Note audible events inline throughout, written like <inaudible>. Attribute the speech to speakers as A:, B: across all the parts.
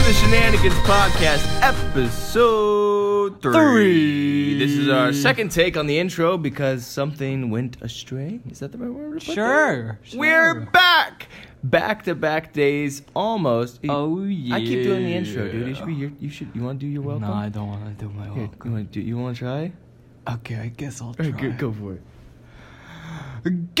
A: Chickens Podcast, episode three.
B: Three.
A: This is our second take on the intro because something went astray. Is that the right word? to put
B: Sure,
A: that? We're
B: sure.
A: back. Back to back days almost.
B: Oh,
A: I keep doing the intro, dude. You
B: yeah.
A: should be your, you should you want to do your welcome?
B: No, I don't want to do my
A: Here,
B: welcome.
A: you want to do you want to try?
B: Okay, I guess I'll
A: All
B: try.
A: right, go, go for it.
B: Good. <laughs>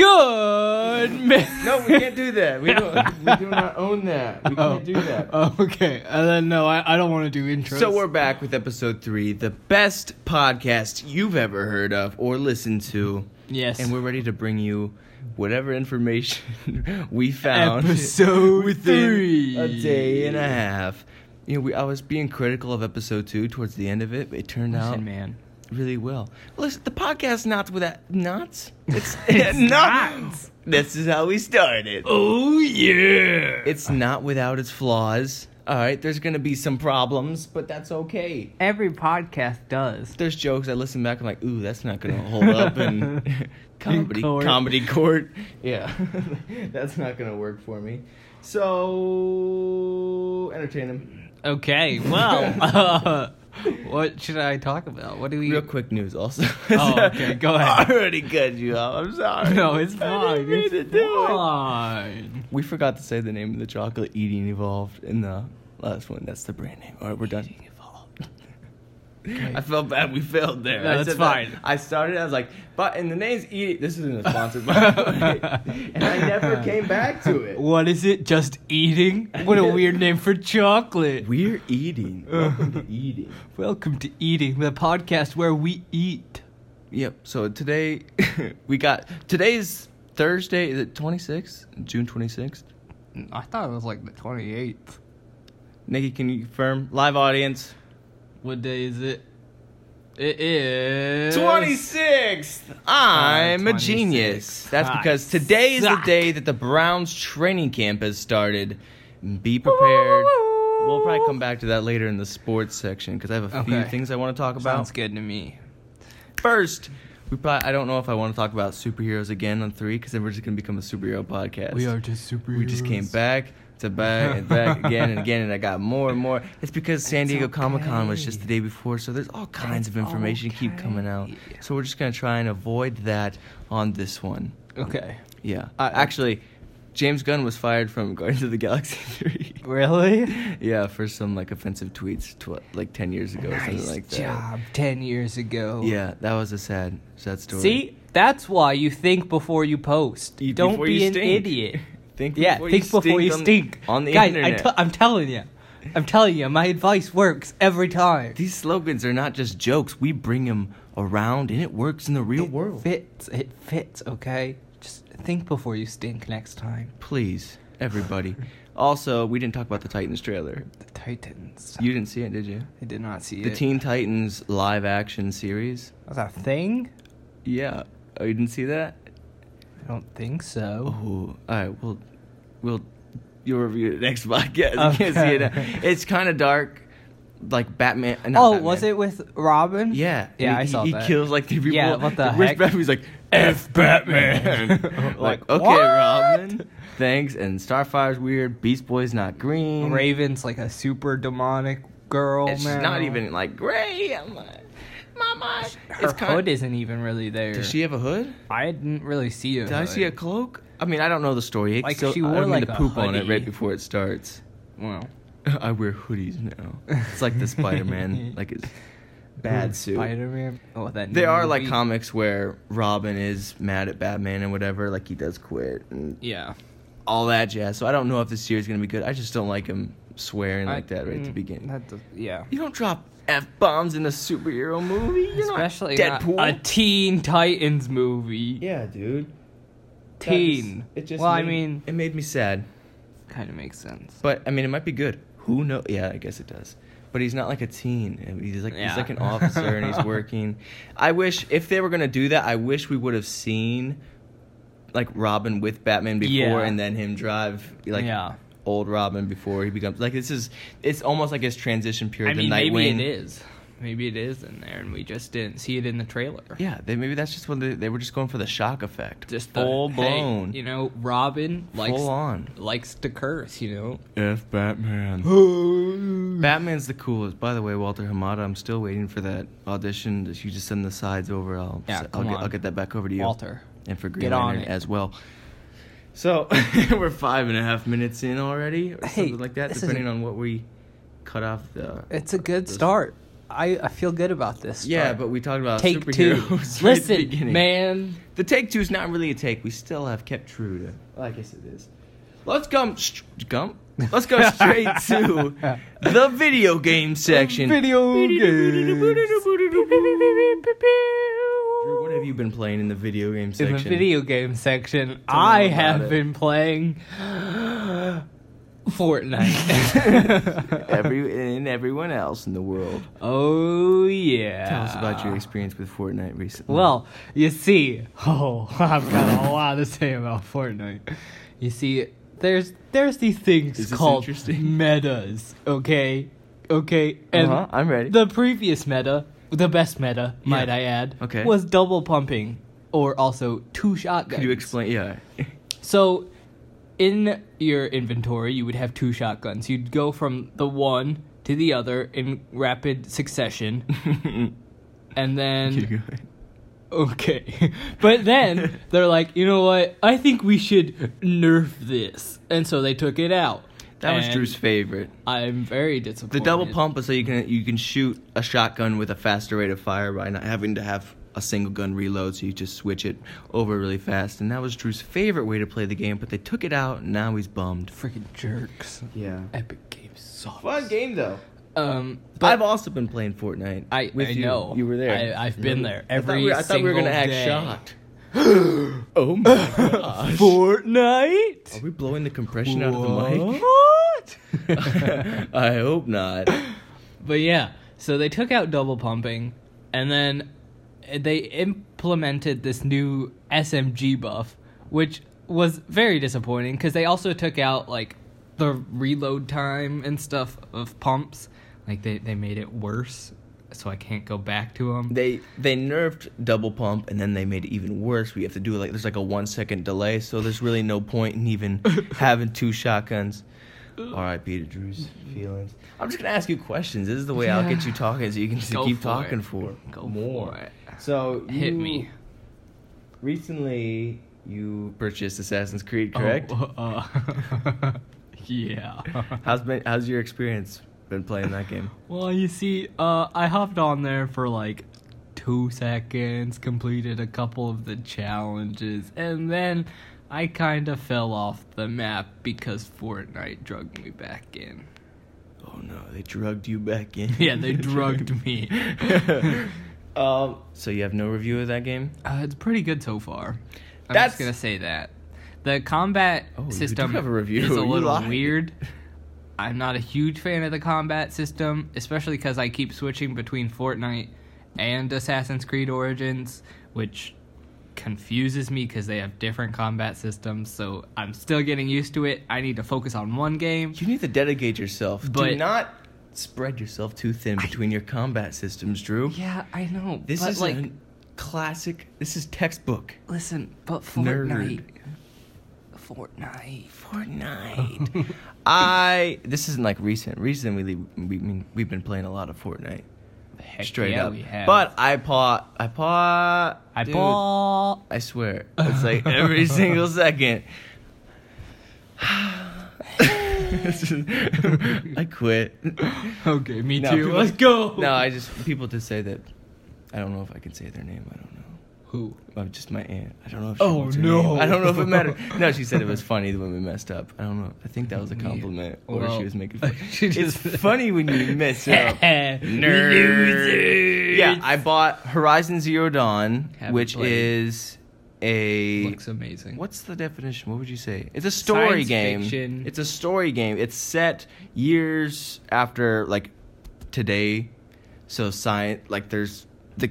B: ma-
A: No, we can't do
B: <laughs>
A: that. We don't we do not own that. We can't do that.
B: Oh, okay, and then no, I, I don't want to do intros.
A: So we're back with episode three, the best podcast you've ever heard of or listened to.
B: yes,
A: And we're ready to bring you whatever information <laughs> we found <laughs>
B: episode three.
A: a day and a half. You know, we, I was being critical of episode two towards the end of it, but it turned out
B: Listen, man.
A: really well. Listen, the podcast not with that
B: <laughs>
A: not. It's,
B: It's
A: not.
B: not.
A: This is how we started.
B: Oh yeah.
A: It's not without its flaws. All right, there's gonna be some problems, but that's okay.
B: every podcast does.
A: there's jokes I listen back. I'm like, ooh, that's not gonna
B: <laughs>
A: hold up in comedy
B: court. <laughs>
A: comedy court. Yeah, <laughs> that's not gonna work for me. So entertain them.
B: Okay, well, <laughs> uh, what should I talk about? What do we?
A: Real quick news, also.
B: Oh, okay,
A: <laughs>
B: go ahead.
A: I already cut you off. I'm
B: <laughs>
A: sorry.
B: No, it's
A: I
B: fine.
A: didn't mean
B: It's
A: to do it.
B: fine.
A: We forgot to say the name of the chocolate eating evolved in the last one. That's the brand name. All right, we're done. <laughs> I felt bad we failed there.
B: No,
A: I
B: that's
A: said that-
B: fine.
A: I started, I was like, but and the name's Eat This isn't a sponsor, by
B: <laughs>
A: the way. And I never came back to it.
B: What is it? Just eating? What a weird name for chocolate.
A: We're eating. <laughs> Welcome to eating.
B: Welcome to Eating, the podcast where we eat.
A: Yep. So today <laughs> we got today's Thursday, is it twenty sixth? June twenty sixth?
B: I thought it was like the 28th.
A: Nikki, can you confirm? Live audience.
B: What day is it? It is.
A: Twenty sixth. I'm a
B: 26th.
A: genius. That's
B: I
A: because today is the
B: Uh, suck.
A: day that the Browns training camp has started. Be prepared. We'll probably come back to that later in the sports section because I have a few
B: Okay.
A: things I want to talk about.
B: Sounds good to me.
A: First, we probably I don't know if I want to talk about superheroes again on three because then we're just gonna become a superhero podcast.
B: We are just superheroes.
A: We just came back to back
B: <laughs>
A: and back again and again, and I got more and more. It's because San
B: It's
A: Diego Comic Con was
B: okay.
A: just the day before, so there's all kinds
B: It's
A: of information to keep coming out.
B: okay.
A: So we're just gonna try and avoid that on this one.
B: Okay.
A: Yeah, uh, actually, James Gunn was fired from <laughs> Guardians of the Galaxy three.
B: <laughs> Really?
A: yeah, for some like offensive tweets, tw- like ten years ago or
B: Nice
A: something like that.
B: job 10 years ago.
A: Yeah, that was a sad, sad story.
B: See? That's why you think before you post.
A: Eat
B: Don't
A: before
B: be
A: you
B: an
A: stink. <laughs>
B: idiot.
A: Think
B: yeah,
A: before
B: think before you
A: on-
B: stink.
A: on the
B: Guys,
A: internet.
B: I t- I'm telling you. I'm telling you, my advice works every time.
A: These slogans are not just jokes. We bring them around, and it works in the real
B: it
A: world.
B: fits. It fits, okay? Just think before you stink next time.
A: Please,
B: <laughs>
A: everybody. also, we didn't talk about the Titans trailer.
B: The Titans.
A: You didn't see it, did you?
B: I did not see
A: The
B: it.
A: Teen Titans live action series.
B: Was that a thing?
A: Yeah. Oh, you didn't see that?
B: I don't think so.
A: Oh, all right. We'll we'll you'll review it next <laughs> podcast. You can't see
B: Okay.
A: it. now. It's kind of dark, like Batman. not
B: Oh,
A: Batman.
B: was it with Robin?
A: Yeah,
B: Yeah,
A: and
B: I
A: he,
B: saw
A: he
B: that.
A: kills like three people.
B: Yeah, what the
A: Where's
B: heck?
A: Batman? He's like, "F Batman." <laughs>
B: <laughs>
A: like,
B: Like,
A: okay,
B: what?
A: Robin. Thanks. And Starfire's weird. Beast Boy's not green.
B: Raven's like a super demonic girl.
A: It's
B: now.
A: not even like gray. I'm like, Mama.
B: Her
A: it's kind
B: hood isn't even really there.
A: Does she have a hood?
B: I didn't really see her.
A: Did I see a
B: hood.
A: cloak? I mean, I don't know the story.
B: Like,
A: so
B: she
A: I
B: wore,
A: don't mean
B: like,
A: to
B: a
A: poop on it
B: hoodie.
A: right before it starts. <laughs>
B: Well,
A: I wear hoodies now.
B: <laughs>
A: It's like the Spider-Man, like his bad suit.
B: Spider-Man. Mm. Oh, that.
A: There
B: new
A: are like
B: movie.
A: comics where Robin is mad at Batman and whatever, like he does quit and
B: Yeah.
A: all that jazz. So I don't know if this series is gonna be good. I just don't like him swearing
B: I-
A: like that right at the
B: mm,
A: beginning.
B: that does- yeah.
A: you don't drop f bombs in a superhero movie, You're
B: Especially
A: not Deadpool.
B: not a Teen Titans movie.
A: yeah, dude.
B: Teen.
A: It just
B: well, I
A: made-
B: mean,
A: it made me sad,
B: kind of makes sense.
A: but I mean, it might be good. Who knows? Yeah, I guess it does. But he's not like a teen. I mean, He's like he's
B: Yeah.
A: like an officer and
B: <laughs>
A: he's working. I wish if they were gonna do that, I wish we would have seen like Robin with Batman before
B: Yeah.
A: and then him drive like
B: yeah.
A: old Robin before he becomes like this is it's almost like his transition
B: I
A: period.
B: mean,
A: the
B: maybe it
A: Nightwing.
B: is. Maybe it is in there, and we just didn't see it in the trailer.
A: Yeah, they, maybe that's just when they, they were just going for the shock effect,
B: Just the,
A: full
B: hey,
A: blown,
B: you know, Robin likes
A: full on.
B: likes to curse. You know.
A: If <gasps> Batman, Batman's the coolest. By the way, Walter Hamada, I'm still waiting for that audition. If you just send the sides over, I'll
B: Yeah,
A: I'll,
B: come
A: get,
B: on.
A: I'll get that back over to you.
B: Walter.
A: and for Green
B: Get on
A: Lantern
B: it.
A: as well. So <laughs> we're five and a half minutes in already, or
B: Hey,
A: something like that,
B: this is-
A: depending on what we cut off the.
B: It's a good
A: This-
B: start. I, I feel good about this.
A: Yeah,
B: start.
A: but we talked about
B: take two.
A: superheroes. Uh, <laughs> right at the
B: Listen,
A: beginning.
B: man.
A: The take two is not really a take. We still have kept true to. Well, I guess it is. Let's come. Sh- come.
B: <laughs>
A: Let's go straight to the video game section.
B: Video games.
A: Drew, what have you been playing in the video game
B: In
A: section?
B: the
A: <laughs>
B: video game section,
A: Tell me
B: I
A: about
B: have
A: it.
B: been playing <gasps>
A: <laughs>
B: Fortnite. <laughs>
A: Every and everyone else in the world.
B: oh yeah.
A: Tell us about your experience with Fortnite recently.
B: Well, you see, <laughs> oh, I've got a lot to say about Fortnite. You see, there's there's these
A: Is
B: things
A: this
B: called
A: interesting?
B: metas, okay, okay, and
A: Uh-huh, I'm ready.
B: the previous meta, the best meta, might I add,
A: okay.
B: was double pumping, or also two shotguns.
A: could you explain? Yeah. <laughs>
B: So, in your inventory, you would have two shotguns. You'd go from the one to the other in rapid
A: <laughs>
B: succession, and then.
A: Keep going.
B: Okay. <laughs> But
A: <laughs>
B: then they're like, you know what? I think we should nerf this. And so they took it out.
A: that was
B: And
A: Drew's favorite.
B: I'm very disappointed.
A: The double pump is so you can you can shoot a shotgun with a faster rate of fire by not having to have a single gun reload, so you just switch it over really fast. And that was Drew's favorite way to play the game, but they took it out, and now he's bummed.
B: Freaking jerks.
A: Yeah.
B: Epic Games sucks.
A: Fun game though.
B: Um,
A: I've
B: but
A: also been playing Fortnite.
B: i I,
A: with you.
B: know.
A: you were there.
B: I, I've been there
A: Mm-hmm. I thought
B: every
A: we were- I thought we were
B: single
A: gonna act
B: day.
A: shocked.
B: <gasps>
A: oh my gosh.
B: <laughs> Fortnite?
A: <laughs> Are we blowing the compression out of the mic?
B: What?
A: I hope not.
B: <laughs> But yeah, so they took out double pumping, and then they implemented this new SMG buff, which was very disappointing because they also took out like the reload time and stuff of pumps. Like they, they made it worse, so I can't go back to them.
A: They they nerfed double pump and then they made it even worse. We have to do like there's like a one second delay, so there's really no point
B: <laughs>
A: in even having two shotguns. R.I.P. to Drew's feelings. I'm just gonna ask you questions. This is the way I'll get you talking, so you can just
B: Go
A: keep
B: for
A: talking
B: it.
A: for
B: Go
A: more.
B: for it.
A: So
B: Hit
A: you-
B: me.
A: Recently, you purchased Assassin's Creed, correct?
B: Oh, uh, <laughs>
A: <laughs>
B: yeah.
A: How's been how's your experience been playing that game?
B: Well, you see, uh, I hopped on there for like two seconds, completed a couple of the challenges, and then I kind of fell off the map because Fortnite drugged me back in.
A: <sighs>
B: <laughs>
A: Oh no, they drugged you back in.
B: Yeah,
A: <laughs>
B: they drugged me.
A: um, so you have no review of that game?
B: Uh, it's pretty good so far. I'm
A: That's-
B: just gonna say that. The combat
A: Oh, you do
B: system
A: have a review.
B: is a
A: <laughs> You
B: little
A: lied.
B: weird. I'm not a huge fan of the combat system, especially because I keep switching between Fortnite and Assassin's Creed Origins, which confuses me because they have different combat systems. So I'm still getting used to it. I need to focus on one game.
A: You need to dedicate yourself. Do
B: But-
A: not spread yourself too thin between your combat systems, Drew.
B: Yeah, I know.
A: This
B: but
A: is
B: like,
A: like classic. This is textbook.
B: listen, but
A: Nerd.
B: Fortnite, Fortnite. <laughs>
A: Fortnite. I this isn't like recent. Recently, we we mean we've been playing a lot of Fortnite.
B: Heck
A: Straight
B: yeah,
A: up.
B: we have.
A: But I paw I paw
B: I
A: dude,
B: bought.
A: I swear. It's like
B: <laughs>
A: every single second. I quit.
B: <laughs> Okay, me
A: No,
B: too.
A: people-
B: Let's go.
A: No, I just people just say that I don't know if I can say their name. I don't know.
B: Who?
A: Oh, just my aunt. I don't know if she
B: Oh,
A: wants her
B: no.
A: name. I don't know if it
B: <laughs>
A: mattered. No, she said it was funny when we messed up. I don't know. I think that was a
B: Yeah.
A: compliment. Or
B: Well,
A: she was
B: <laughs>
A: making fun.
B: she
A: it's
B: just-
A: funny when you mess up.
B: <laughs> Nerd.
A: Yeah, I bought Horizon Zero Dawn,
B: Haven't
A: which
B: played.
A: is a
B: Looks amazing.
A: What's the definition? What would you say? It's a story
B: Science
A: game.
B: fiction.
A: It's a story game. It's set years after like today. So science like there's the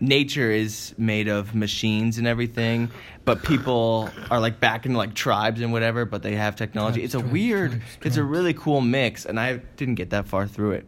A: nature is made of machines and everything, but people are like back in like tribes and whatever, but they have technology.
B: Tribes,
A: it's a
B: tribes,
A: weird
B: tribes,
A: it's a
B: tribes.
A: really cool mix and I didn't get that far through it.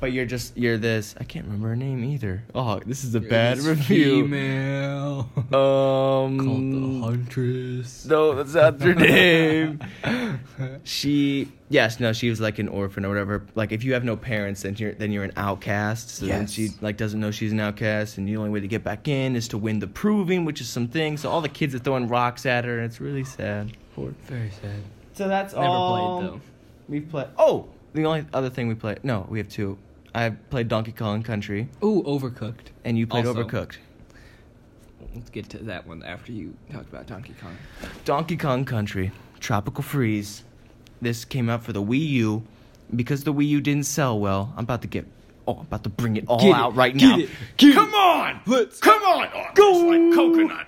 A: But you're just you're this. I can't remember her name either. Oh, this is a
B: You're
A: bad
B: this
A: review.
B: Female. <laughs> Called the
A: Um,
B: huntress.
A: no, that's not her name. <laughs> she yes no she was like an orphan or whatever like if you have no parents then you're then you're an outcast so then
B: Yes.
A: she like doesn't know she's an outcast and the only way to get back in is to win the proving which is something so all the kids are throwing rocks at her and it's really sad Poor-
B: Very sad.
A: so that's
B: Never
A: all
B: played though.
A: we've played oh the only other thing we played no we have two i played donkey kong country
B: Ooh, overcooked.
A: and you played
B: Also.
A: overcooked
B: Let's get to that one after you talked about Donkey Kong.
A: Donkey Kong Country, Tropical Freeze. This came out for the Wii U. Because the Wii U didn't sell well, I'm about to get. Oh, I'm about to bring it all
B: Get it,
A: out right
B: get
A: now. <laughs>
B: it, get
A: Come
B: it.
A: on!
B: Let's-
A: Come on! Oh,
B: Go! <laughs>
A: It's like coconut.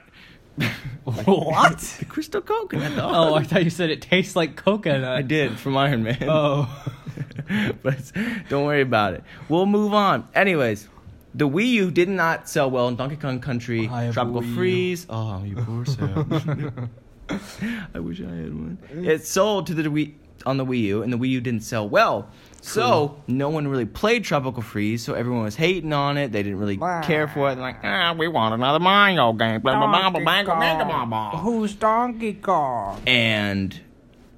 B: What?
A: The crystal coconut. dog.
B: oh, I thought you said it tastes like coconut.
A: <laughs> I did from Iron Man.
B: Oh.
A: <laughs> but don't worry about it. We'll move on. Anyways, the Wii U did not sell well in Donkey Kong Country,
B: I have a
A: Tropical
B: Wii U.
A: Freeze. Oh,
B: <laughs>
A: you poor Sam. I wish I had one.
B: Mm.
A: It sold to the Wii on the Wii U, and the Wii U didn't sell well. So no one really played Tropical Freeze, so everyone was hating on it. They didn't really care for it. They're like, ah, we want another Mario game. Blah, blah, blah, blah, blah, blah, blah, blah.
C: Who's Donkey Kong?
A: and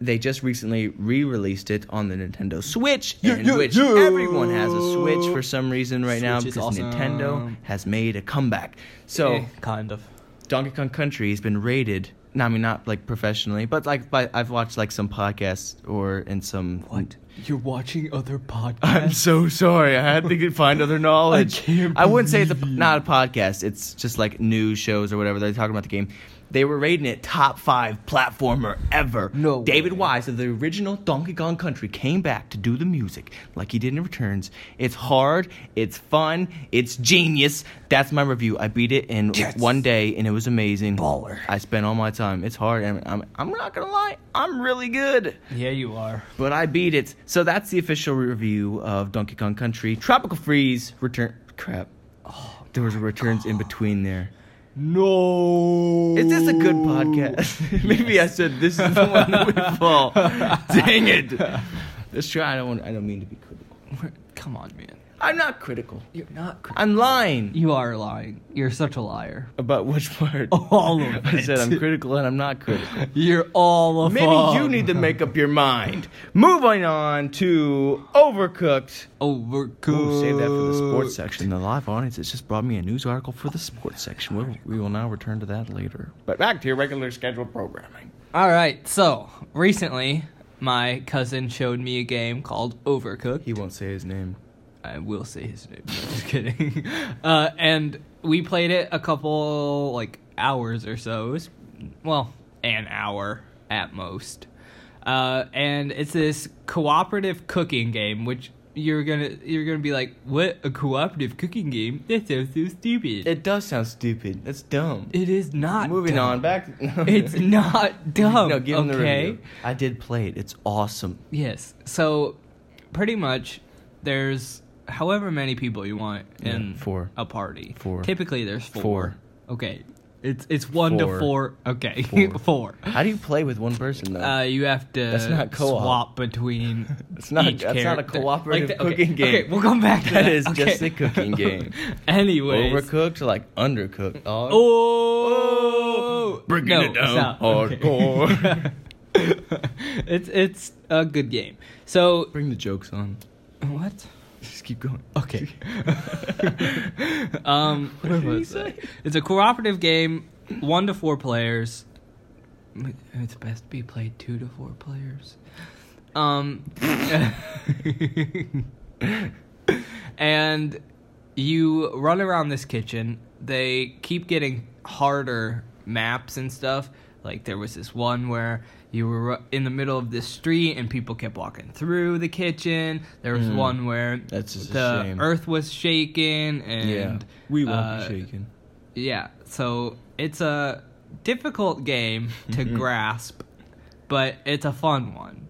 A: they just recently re-released it on the Nintendo Switch,
B: Yeah,
A: in
B: yeah,
A: which
B: yeah.
A: everyone has a Switch for some reason right now
B: Switch is
A: because
B: awesome.
A: Nintendo has made a comeback. So
B: Eh, kind of.
A: Donkey Kong Country has been rated. No, I mean not like professionally, but like by, I've watched like some podcasts or in some.
B: What? You're watching other podcasts?
A: I'm so sorry. I had to get- find other knowledge.
B: <laughs> I can't
A: wouldn't say it's a,
B: believe you.
A: not a podcast. It's just like news shows or whatever. They're talking about the game. They were rating it top five platformer ever.
B: No
A: David
B: way.
A: Wise of the original Donkey Kong Country came back to do the music like he did in Returns. It's hard. It's fun. It's genius. That's my review. I beat it in
B: Yes.
A: one day and it was amazing.
B: Baller.
A: I spent all my time. It's hard. And I'm, I'm not going to lie. I'm really good
B: yeah, you are.
A: but I beat it. So that's the official review of Donkey Kong Country. Tropical Freeze return. Crap. Oh, there was returns in between there.
B: No.
A: Is this a
B: <laughs>
A: good podcast? <laughs> Maybe I said this is the one that would fall. Dang it! Let's try. I don't. Want, I don't mean to be critical.
B: Come on, man.
A: I'm not critical.
B: You're not. Cr-
A: I'm lying
B: you are lying. You're such a
A: <laughs>
B: liar.
A: about which part.
B: All of
A: I said I'm
B: it.
A: critical and I'm not
B: <laughs>
A: critical.
B: You're all of
A: Maybe you
B: them.
A: need to make up your mind. Moving on to Overcooked.
B: overcooked.
A: Ooh, save that for the sports section. The live audience has just brought me a news article for the sports section. We'll, we will now return to that later. But back to your regular scheduled programming.
B: All right. So recently, my cousin showed me a game called Overcooked.
A: He won't say his name.
B: I will say his name. No, just kidding. <laughs> Uh, and we played it a couple like hours or so. It was, well, an hour at most. Uh, and it's this cooperative cooking game, which you're gonna you're gonna be like, what a cooperative cooking game? That sounds so stupid.
A: It does sound stupid. That's dumb.
B: it is not.
A: Moving
B: dumb.
A: on, back. <laughs>
B: It's not dumb.
A: no, give
B: okay?
A: him the review. I did play it. It's awesome.
B: Yes. So, pretty much, there's however many people you want in
A: Yeah, four.
B: a party.
A: Four.
B: Typically, there's four.
A: Four.
B: Okay. It's it's one
A: Four.
B: to four. Okay, <laughs>
A: Four.
B: four.
A: How do you play with one person though?
B: Uh, you have to
A: That's not co-op.
B: swap between.
A: <laughs> It's not-
B: Each
A: that's not a
B: character.
A: cooperative
B: Like the-
A: cooking game.
B: Okay, we'll come back to
A: That
B: that.
A: is
B: Okay.
A: just
B: <laughs>
A: a cooking game.
B: Anyways,
A: Overcooked, or like undercooked. Oh,
B: Oh,
A: Bringing it down
B: stop.
A: hardcore.
B: <laughs> it's it's a good game. So
A: bring the jokes on.
B: what?
A: Just keep going.
B: Okay. <laughs> um,
A: <laughs> What did
B: what
A: he
B: was
A: say?
B: it? It's a cooperative game, one to four players. It's best to be played two to four players. Um, <laughs> and you run around this kitchen. They keep getting harder maps and stuff. Like there was this one where you were ru- in the middle of this street and people kept walking through the kitchen. There was one where
A: Hmm. That's just a
B: the
A: shame.
B: earth was shaking and
A: we won't
B: uh,
A: be shaken.
B: yeah, so it's a difficult game to
A: Mm-hmm.
B: grasp, but it's a fun one.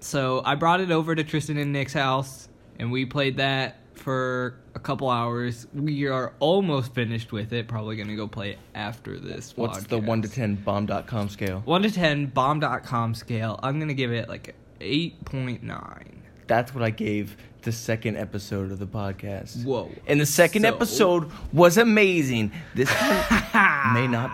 B: So I brought it over to Tristan and Nick's house, and we played that for a couple hours. We are almost finished with it. Probably gonna go play it after this.
A: What's the one to
B: podcast.
A: ten bomb.com scale?
B: one to ten bomb.com scale? I'm gonna give it like eight point nine.
A: That's what I gave the second episode of the podcast.
B: Whoa.
A: And the second
B: So-
A: episode was amazing.
B: <laughs>
A: This one may not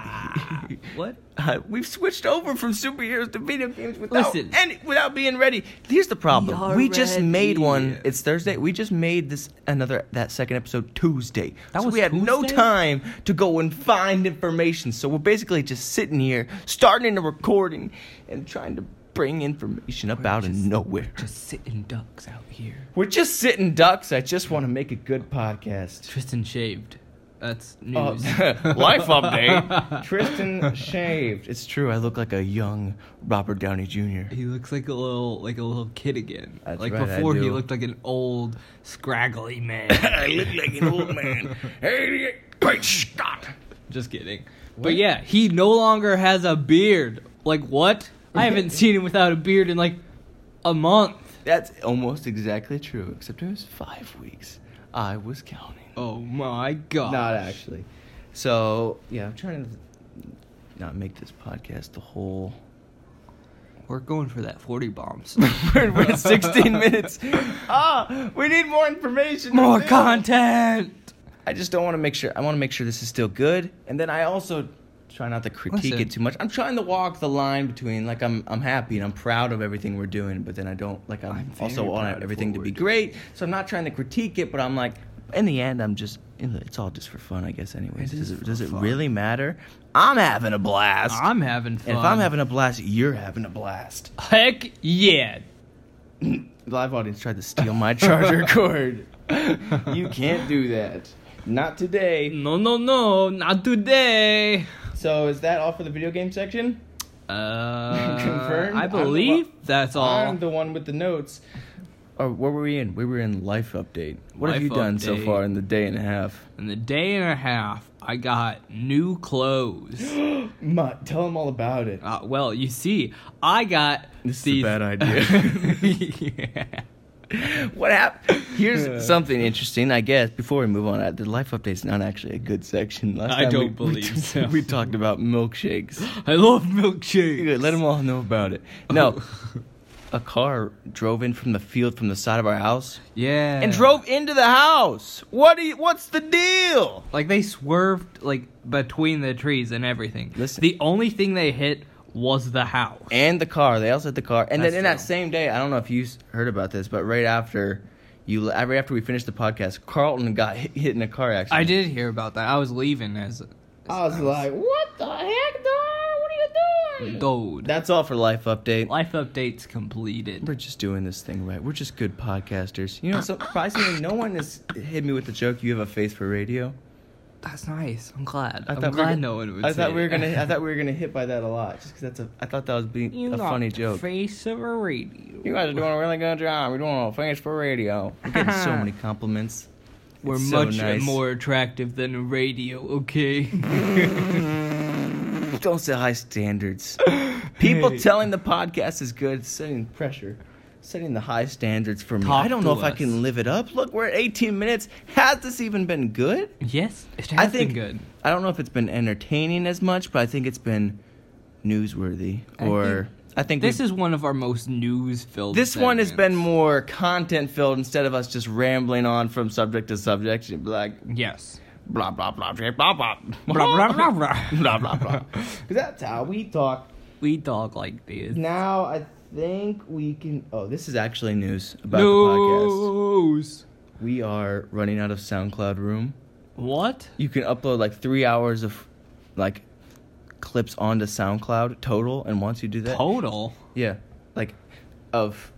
A: be. <laughs>
B: What?
A: Uh, we've switched over from superheroes to video games without
B: Listen.
A: any, without being ready. Here's the problem:
B: You're
A: we just made
B: ready.
A: one. It's Thursday. We just made this another that second episode Tuesday.
B: That
A: so
B: was
A: we had no
B: Tuesday?
A: time to go and find information. So we're basically just sitting here, starting a recording, and trying to bring information up out of
B: just-
A: nowhere.
B: Just sitting ducks out here.
A: We're just sitting ducks. I just want to make a good podcast.
B: Tristan shaved. That's
A: Oh,
B: news.
A: <laughs> life update. Tristan shaved. It's true. I look like a young Robert Downey Jr.
B: He looks like a little like a little kid again.
A: That's
B: like
A: right, I
B: before he
A: do.
B: looked like an old scraggly man.
A: <laughs> <coughs> I look like an old man. Hey, great Scott.
B: Just kidding. But yeah, he no longer has a beard. Like what? I
A: <laughs>
B: haven't seen him without a beard in like a month.
A: That's almost exactly true, except it was five weeks. I was counting.
B: Oh my god.
A: Not actually. So yeah, I'm trying to not make this podcast the <laughs> whole.
B: We're going for that 40 bombs.
A: <laughs> we're, we're at <laughs> 16 minutes. Ah, we need more information.
B: More
A: There's no-
B: content.
A: I just don't want to make sure. I want to make sure this is still good, and then I also try not to critique
B: Listen.
A: it too much. I'm trying to walk the line between like I'm I'm happy and I'm proud of everything we're doing, but then I don't like I'm,
B: I'm very
A: also
B: proud
A: want
B: of
A: everything
B: what
A: to
B: we're
A: be great. So I'm not trying to critique it, but I'm like, in the end, I'm just. in the- It's all just for fun, I guess. Anyways,
B: It is
A: does
B: for
A: it, does it
B: fun.
A: really matter? I'm having a blast.
B: I'm having fun.
A: and if I'm having a blast, you're having a blast.
B: Heck yeah.
A: Live audience tried to steal
B: <laughs>
A: my charger cord. you can't do that. Not today.
B: No, no, no. Not
A: <laughs>
B: today.
A: So is that all for the video game section?
B: Uh,
A: Confirmed?
B: I
A: I'm the
B: believe
A: one-
B: that's all.
A: I'm the one with the notes. Or Oh, what were we in? We were in life update. What have
B: Life
A: you done so
B: update.
A: far in the day and a half?
B: In the day and a half, I got new clothes.
A: <gasps> Mutt, tell them all about it.
B: Uh, well, you see, I got
A: This is a
B: these. <laughs>
A: bad idea. <laughs> What happened? Here's <laughs>
B: Yeah.
A: something interesting, I guess. Before we move on, uh, the life update's not actually a good section. Last
B: I
A: time
B: don't
A: <laughs> we- we
B: believe
A: t-
B: so.
A: We talked about <gasps> milkshakes.
B: I love milkshakes.
A: Good, let them all know about it. <laughs> No, a car drove in from the field from the side of our house
B: Yeah.
A: and drove into the house. What? Do you, what's the deal?
B: Like they swerved like between the trees and everything.
A: Listen.
B: The only thing they hit was the house.
A: and the car. They also had the car. And
B: That's
A: then in that
B: true.
A: same day, I don't know if you s- heard about this, but right after you, right after we finished the podcast, Carlton got hit, hit in a car accident.
B: I did hear about that. I was leaving as
A: I was like, "What the heck, dog? What are you doing?"
B: dude.
A: That's all for life update.
B: Life updates completed.
A: We're just doing this thing right. We're just good podcasters. You know, surprisingly, no one has hit me with the joke. You have a face for radio.
B: That's nice. I'm glad. I
A: I
B: am
A: thought we
B: glad
A: were gonna-
B: no one would.
A: I thought
B: say
A: we were
B: that.
A: gonna. I thought we were gonna hit by that a lot, just because that's a. I thought that was being
B: You
A: a
B: got
A: funny
B: the <laughs>
A: joke.
B: Face of a radio.
A: You guys are doing a really good job. We're doing a thanks for radio. We're getting
B: <laughs>
A: so many compliments.
B: We're
A: It's so
B: much
A: nice.
B: more attractive than a radio. Okay.
A: <laughs> Don't set high standards.
B: <laughs>
A: People
B: Hey.
A: telling the podcast is good, setting pressure, setting the high standards for me.
B: Talk
A: I don't
B: to
A: know if I
B: us.
A: can live it up. Look, we're at 18 minutes. Has this even been good?
B: <laughs> yes, it has
A: I think
B: been good.
A: I don't know if it's been entertaining as much, but I think it's been newsworthy.
B: I
A: or I think
B: This
A: we've-
B: is one of our most news-filled.
A: This one has been
B: segments.
A: more content filled instead of us just rambling on from subject to subject. You'd be like,
B: Yes.
A: blah blah blah blah blah blah
B: Blah, blah, blah, blah.
A: <laughs> blah blah blah. 'Cause that's how we talk.
B: We talk like this.
A: Now I think we can. Oh, this is actually news about the podcast.
B: News.
A: We are running out of SoundCloud room.
B: What?
A: You can upload like three hours of like clips onto SoundCloud total, and once you do that,
B: Total.
A: yeah, like of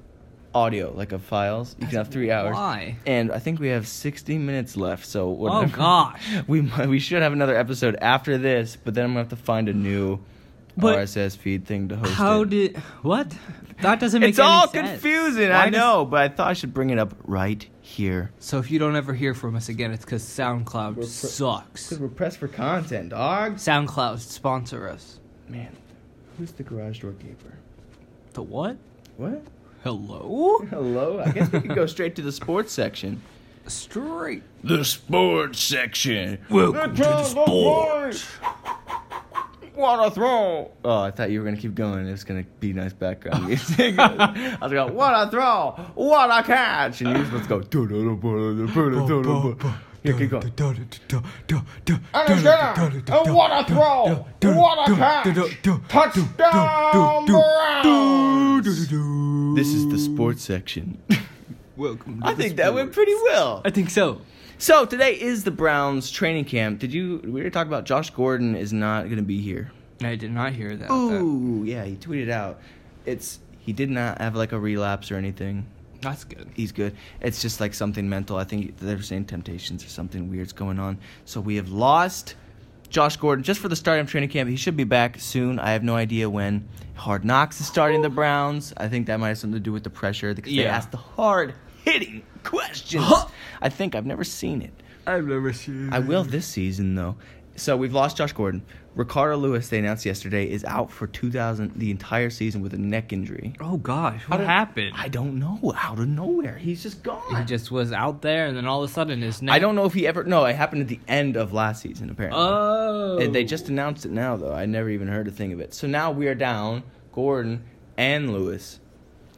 A: audio, like of files, you can have three hours.
B: Why?
A: And I think we have 60 minutes left, so
B: Oh
A: whatever. <laughs>
B: gosh.
A: We might, we should have another episode after this, but then I'm gonna have to find a new
B: But
A: RSS feed thing to host.
B: How
A: it.
B: did what? That doesn't make
A: it's
B: any
A: all
B: sense.
A: confusing.
B: Why
A: I
B: does-
A: know, but I thought I should bring it up right here.
B: So if you don't ever hear from us again, it's because SoundCloud
A: We're pro-
B: sucks.
A: we're pressed for content, dogs.
B: SoundCloud sponsor us.
A: Man, who's the garage door gaper?
B: The what?
A: What?
B: Hello?
A: Hello. I guess we could go straight to the sports section.
B: Straight.
A: The sports section.
B: Welcome to the sport.
A: What a throw! Oh, I thought you were gonna keep going. It was gonna be nice background music. I was like, what a throw! What a catch! And you just go. Yeah, keep going. Understand? And what a throw! What a catch! Touchdown, Browns! This is the sports <laughs> section.
B: Welcome.
A: I think that went pretty well.
B: I think so.
A: So today is the Browns training camp. Did you? We were talking about Josh Gordon is not going to be here.
B: I did not hear that.
A: Ooh, yeah, he tweeted out. It's he did not have like a relapse or anything.
B: That's good.
A: He's good. It's just like something mental. I think they're saying temptations or something weird's going on. So we have lost Josh Gordon just for the start of training camp. He should be back soon. I have no idea when. Hard Knocks is starting the Browns. I think that might have something to do with the pressure because they
B: Yeah.
A: asked the hard hitting questions. I think I've never seen it.
B: I've never seen.
A: I will this season though. So we've lost Josh Gordon. Ricardo Lewis, they announced yesterday, is out for 2000 the entire season with a neck injury.
B: Oh gosh,
A: I
B: what
A: don't-
B: happened?
A: I don't know. Out of nowhere, he's just gone.
B: he just was out there, and then all of a sudden his neck.
A: I don't know if he ever. No, it happened at the end of last season apparently.
B: Oh.
A: And they just announced it now though. I never even heard a thing of it. So now we are down Gordon and Lewis.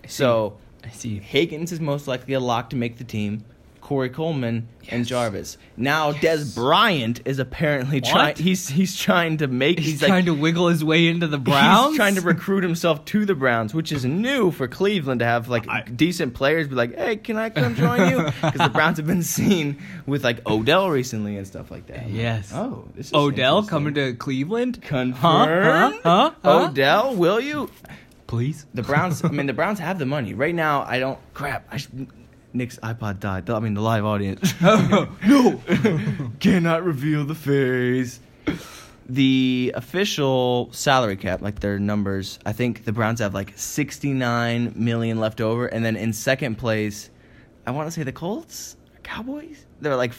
A: So
B: I see.
A: Higgins is most likely a lock to make the team. Corey Coleman and
B: Yes.
A: Jarvis. Now Des Bryant is apparently trying.
B: What?
A: He's he's trying to make.
B: He's,
A: He's, like,
B: trying to wiggle his way into the Browns.
A: He's trying to recruit himself to the Browns, which is new for Cleveland to have like decent players be like, "Hey, can I come join
B: <laughs>
A: you?" Because the Browns have been seen with like Odell recently and stuff like that. I'm like,
B: Yes.
A: oh, this is
B: Odell
A: interesting.
B: coming to Cleveland.
A: confirm.
B: Huh? Huh? Huh?
A: Odell, will you?
B: Please.
A: The Browns. I mean, the Browns have the money right now. I don't. Crap. I should, Nick's iPod died. I mean, the live audience. <laughs>
B: no.
A: Cannot reveal the face. The official salary cap, like their numbers, I think the Browns have like 69 million left over. And then in second place, I want to say the Colts, Cowboys, they're like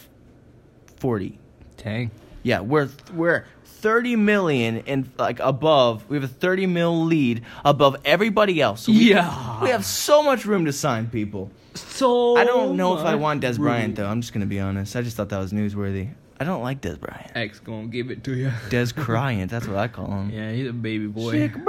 A: 40.
B: <laughs> Dang.
A: Yeah, we're we're 30 million and like above. We have a 30 mil lead above everybody else. So we,
B: Yeah.
A: we have so much room to sign people.
B: So.
A: I don't know if I
B: much
A: want Des
B: room.
A: Bryant though. I'm just gonna be honest. I just thought that was newsworthy. I don't like Des Bryant.
B: X gonna give it to you.
A: Des Bryant, that's what I call him.
B: Yeah, he's a baby boy.
A: Sick burn,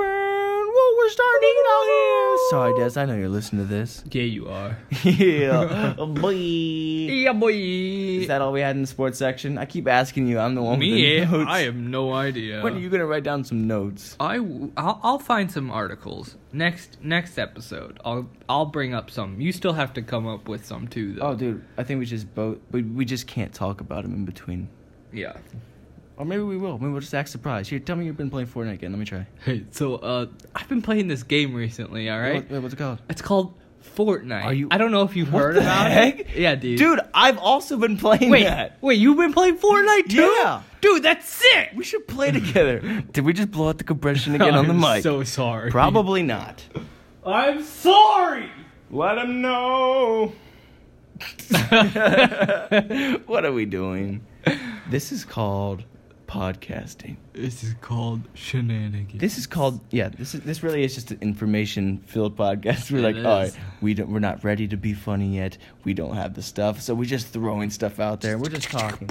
A: what we're starting out here. Sorry, Des, I know you're listening to this. <laughs>
B: Yeah, you are. <laughs>
A: yeah, Oh, boy.
B: yeah, boy.
A: Is that all we had in the sports section? I keep asking you. I'm the one
B: Me?
A: with the notes.
B: I have no idea.
A: <laughs> When are you gonna write down some notes?
B: I w- I'll, I'll find some articles next next episode. I'll I'll bring up some. You still have to come up with some too, though.
A: Oh, dude, I think we just both we, we just can't talk about him in between.
B: Yeah.
A: Or maybe we will. Maybe we'll just act surprised. Here, tell me you've been playing Fortnite again. Let me try.
B: Hey, so uh, I've been playing this game recently. All right,
A: What- wait, what's it called?
B: it's called Fortnite.
A: Are <laughs> you-
B: I don't know if you've heard
A: the
B: about it.
A: heck?
B: Yeah, dude.
A: Dude, I've also been playing
B: wait,
A: that.
B: wait, you've been playing Fortnite too?
A: Yeah.
B: Dude, that's sick.
A: <laughs> We should play together. <laughs> Did we just blow out the compression again on the
B: I'm
A: mic?
B: So sorry.
A: <laughs> Probably not.
B: I'm sorry.
A: Let him know. <laughs> what are we doing? This is called podcasting.
B: This is called shenanigans.
A: This is called yeah. This is this really is just an information filled podcast. <laughs> We're
B: It
A: like, all right,
B: is.
A: we don't we're not ready to be funny yet. We don't have the stuff, so we're just throwing stuff out there. We're just talking.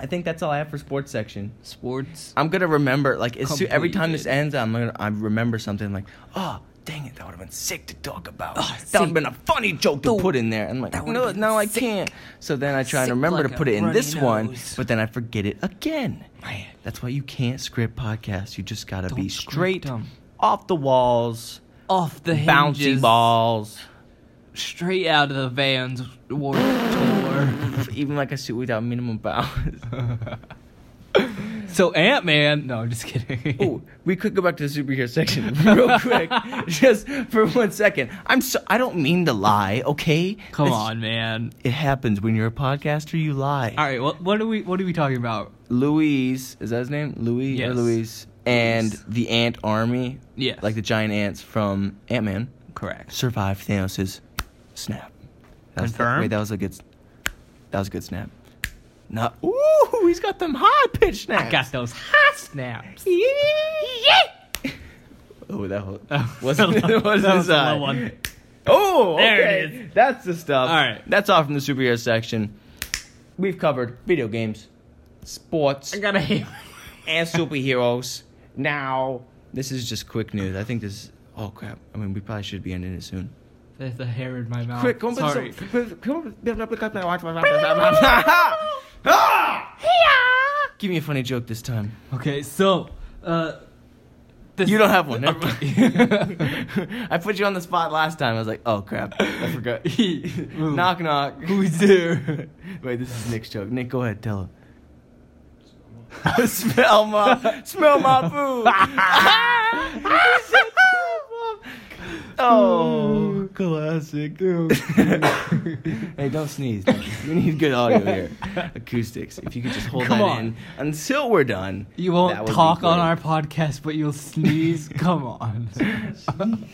A: I think that's all I have for sports section.
B: sports.
A: I'm gonna remember like as soon, every time this
B: Completed.
A: ends, I'm gonna I remember something like, oh dang it, that would have been sick to talk about. that
B: Ah, sick.
A: would have been a funny joke to
B: Dude,
A: put in there. And I'm like,
B: that would've
A: no,
B: been
A: no, I
B: sick.
A: can't. So then I try
B: Sick
A: and remember to
B: like
A: put
B: a
A: it in this
B: runny
A: one,
B: nose.
A: but then I forget it again.
B: Man.
A: That's why you can't script podcasts. You just gotta be
B: Don't script
A: straight,
B: 'em.
A: off the walls,
B: Off the
A: bouncy
B: hinges.
A: balls.
B: straight out of the Vans War Tour.
A: Even like a suit without minimum bounds. <laughs>
B: So Ant Man. No, I'm just kidding.
A: Ooh, we could go back to the superhero section <laughs>
B: <laughs>
A: real quick, just for one second. I'm so I don't mean to lie, okay?
B: Come
A: It's-
B: on, man.
A: it happens when you're a podcaster. You lie.
B: All right, what what are we what are we talking about?
A: Louise is that his name? Louis or
B: Yes.
A: Louise? And
B: Louise.
A: the ant army,
B: Yes.
A: like the giant ants from Ant Man,
B: Correct.
A: survived Thanos' snap. That was-
B: Confirmed?
A: Wait, that was a good. s- That was a good snap. Not. Ooh, he's got them high pitched snaps.
B: I got those hot snaps.
A: Yeah. <laughs> Oh, that was, <laughs> wasn't,
B: that
A: wasn't
B: was
A: his
B: a low
A: eye.
B: one.
A: Oh,
B: There
A: okay.
B: it is.
A: That's the stuff.
B: All right.
A: That's all from the superhero section. We've covered video games, sports,
B: I got a hammer.
A: and superheroes. <laughs> Now, this is just quick news. I think this. Oh crap! I mean, we probably should be ending it soon.
B: There's a hair in my mouth.
A: Quick, <laughs> come
B: Sorry.
A: Give me a funny joke this time.
B: Okay, so <laughs> uh, this,
A: You don't have
B: <laughs>
A: one. Never
B: Okay.
A: mind. <laughs> I put you on the spot last time. I was like, oh crap, I
B: <laughs>
A: forgot. knock knock.
B: Who's there?
A: <laughs> Wait, this is Nick's joke. Nick, go ahead, tell him. smell <laughs> my, smell my food.
B: <laughs>
A: oh, classic. <laughs> hey, don't sneeze. We need good audio
B: <laughs>
A: here, acoustics. If you could just hold
B: Come
A: that
B: on.
A: in until we're done.
B: You
A: that
B: won't
A: would be
B: talk on
A: great.
B: our podcast, but you'll <laughs> sneeze. Come on. <laughs>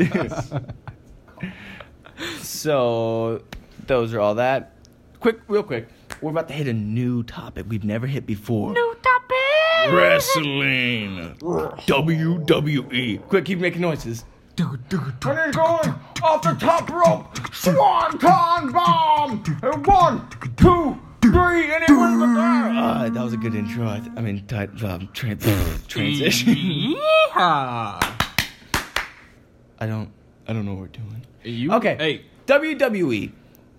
A: So those are all that. Quick, real quick. We're about to hit a new topic we've never hit before. New topic. Wrestling. WWE. E. Quick, keep making noises.
C: And he's going off the top rope. Swanton bomb. And one, two, three, and he wins it there.
A: Uh, that was a good intro. I, th- I mean, ti- um, tran <laughs> transition. I don't. I don't know what we're doing.
B: You,
A: Okay.
B: Hey.
A: WWE.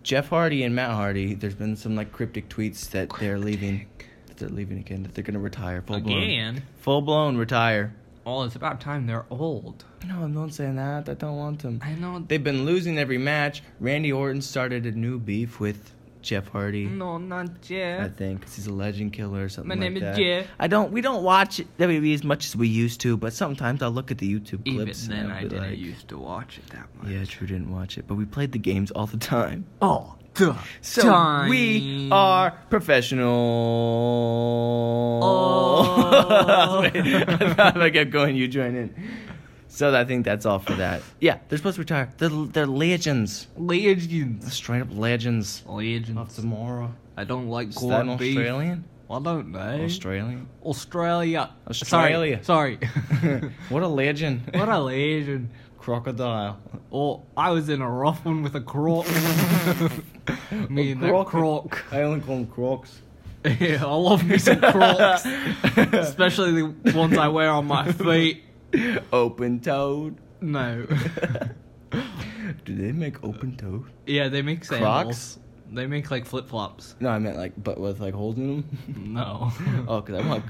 A: Jeff Hardy and Matt Hardy. There's been some like cryptic tweets that they're leaving. That they're leaving again. That they're gonna retire full blown.
B: Again?
A: Full blown retire.
B: Well, it's about time they're old.
A: No, I'm not saying that. I don't want them.
B: I know.
A: They've been losing every match. Randy Orton started a new beef with Jeff Hardy.
B: No, not
A: I
B: yet.
A: think 'cause he's a legend killer or something.
B: My
A: like
B: name is
A: that.
B: Jeff.
A: I don't. We don't watch WWE as much as we used to, but sometimes I'll look at the YouTube
B: Even
A: clips. and
B: then,
A: I'll
B: I
A: be
B: didn't
A: like,
B: used to watch it that much.
A: Yeah, True didn't watch it, but we played the games all the time.
B: Oh, the
A: So we are professional.
B: Oh.
A: Wait, <laughs> I thought if I kept going, you join in. So I think that's all for that. Yeah, they're supposed to retire. They're, they're legends.
B: legends.
A: Straight up legends of
B: Legends.
A: tomorrow.
B: I don't like
A: Is that an
B: corned beef.
A: Australian?
B: Why don't they?
A: Australian? <laughs>
B: Australia.
A: Australia. <laughs>
B: Sorry. <laughs> Sorry.
A: what a legend.
B: what a legend.
A: crocodile.
B: Or I was in a rough one with a
A: <laughs>
B: croc. me and that croc.
A: I only call them <laughs> crocs.
B: yeah, I love me some
A: <laughs>
B: crocs. Especially the ones I wear on my feet.
A: Open toed. <laughs>
B: No.
A: Do they make open toed?
B: Yeah, they make sandals.
A: Crocs?
B: They make like flip flops.
A: No, I meant like, but with like holes in
B: <laughs>
A: them.
B: No.
A: Oh, cause I want,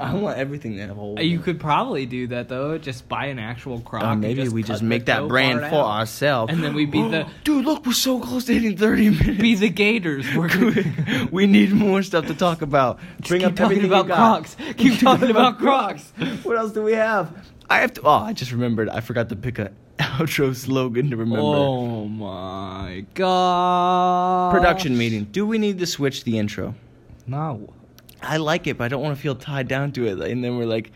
A: I want everything to have holes.
B: Uh, You
A: in it.
B: could probably do that though. Just buy an actual croc.
A: Uh,
B: and
A: maybe we
B: cut
A: just
B: the
A: make that
B: toe
A: brand
B: part
A: for
B: out.
A: ourselves,
B: And then we be the-
A: <gasps> dude. Look, we're so close to hitting thirty
B: <laughs>
A: minutes.
B: Be the <laughs> Gators.
A: <laughs>
B: We're
A: we need more stuff to talk about.
B: keep talking
A: everything you
B: about
A: got. <laughs>
B: Crocs. Keep talking about Crocs.
A: What else do we have? I have to. Oh, I just remembered. I forgot to pick a <laughs> outro slogan to remember.
B: Oh my god.
A: Production meeting. Do we need to switch the intro?
B: No.
A: I like it, but I don't want to feel tied down to it. And then we're like,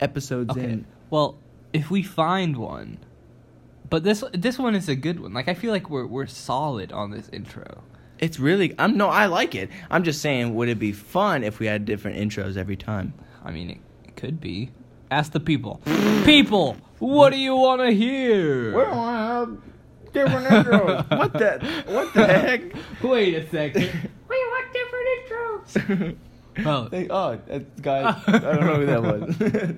A: episodes
B: Okay.
A: in.
B: Well, if we find one, but this this one is a good one. Like I feel like we're we're solid on this intro.
A: It's really. I'm no. I like it. I'm just saying, would it be fun if we had different intros every time?
B: I mean, it, it could be. Ask the
A: <laughs>
B: people. people, what do you want to hear?
C: We don't
A: uh,
C: have different intros.
A: What the? What the heck? <laughs>
B: Wait a second.
C: we want different intros.
A: <laughs>
B: Oh,
A: They, oh, that guy. I don't know who that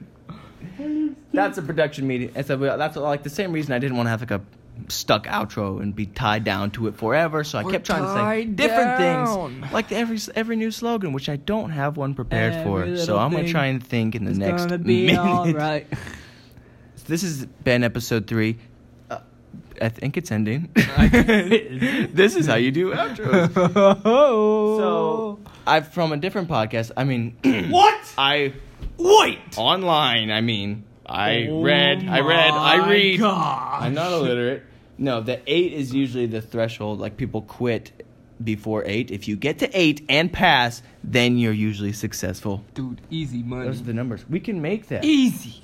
A: was.
B: <laughs>
A: that's a production meeting. It's a, that's like the same reason I didn't want to have like a stuck outro and be tied down to it forever. So I
B: We're
A: kept trying to say
B: tied
A: different
B: down.
A: things, like the every every new slogan, which I don't have one prepared
B: Every
A: for. So
B: little
A: I'm gonna
B: thing
A: try and think in the
B: it's
A: next
B: gonna be
A: minute.
B: all right.
A: <laughs> This has been episode three. Uh, I think it's ending.
B: I think
A: <laughs>
B: it is.
A: this is how you do outros.
B: so
A: So I from a different podcast. I mean, <clears throat>
C: What?
A: I
C: Wait.
A: online. I mean, I
B: Oh
A: read, I read, I read.
B: ah,
A: I'm not illiterate. No, the eight is usually the threshold. Like people quit before eight. If you get to eight and pass, then you're usually successful.
B: Dude, easy money.
A: Those are the numbers. We can make that.
B: easy.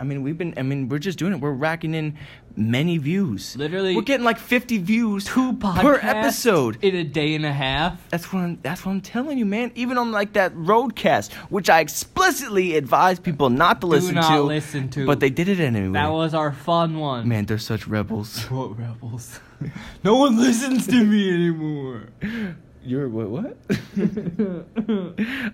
A: I mean, we've been. I mean, we're just doing it. We're racking in many views.
B: Literally-
A: we're getting like 50 views
B: Two podcasts
A: per episode.
B: in a day and a half.
A: That's what I'm, that's what I'm telling you, man. Even on like that roadcast, which I explicitly advise people not to listen
B: not
A: to,
B: listen to.
A: but they did it anyway.
B: That was our fun one.
A: man,
B: <laughs>
A: they're such rebels.
B: What rebels? no one listens to me anymore.
A: You're what? <laughs> What?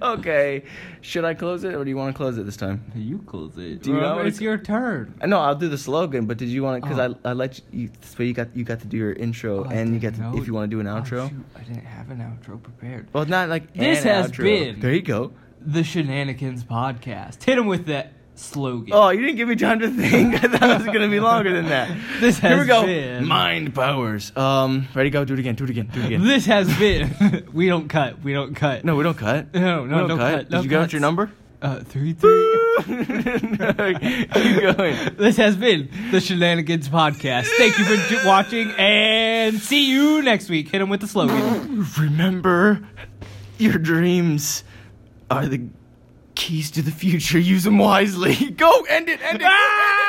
A: okay. Should I close it, or do you want to close it this time?
B: You close it.
A: Do <laughs> you know
B: Remember,
A: what
B: it's
A: it's-
B: your turn.
A: No, I'll do the slogan. But did you want? Because
B: Oh.
A: I, I let you, you. This way you got you got to do your intro,
B: Oh, I
A: and you got
B: didn't
A: to,
B: know.
A: if you want to do an
B: Oh,
A: outro.
B: shoot, I didn't have an outro prepared.
A: well, not like
B: This
A: an
B: has
A: outro.
B: been-
A: There you go.
B: The Shenanigans Podcast. Hit him with that slogan.
A: Oh, you didn't give me time to think. I thought it was gonna be longer than that.
B: <laughs> This
A: Here we
B: has
A: go.
B: been-
A: Mind powers. Um, ready? Go. Do it again. Do it again. Do it again.
B: This has been. <laughs> we don't cut. We don't cut.
A: no, we don't cut.
B: <laughs> No,
A: We
B: no, don't cut.
A: Did
B: No
A: you get out
B: cuts. <laughs>
A: your number?
B: Uh, three, <laughs> three.
A: Keep going.
B: <laughs> This has been the Shenanigans Podcast. Thank you for j- watching and see you next week. Hit him with the slogan.
A: Remember, your dreams <laughs> are the keys to the future. Use them wisely. Go, end it, end it. End it.
B: Ah!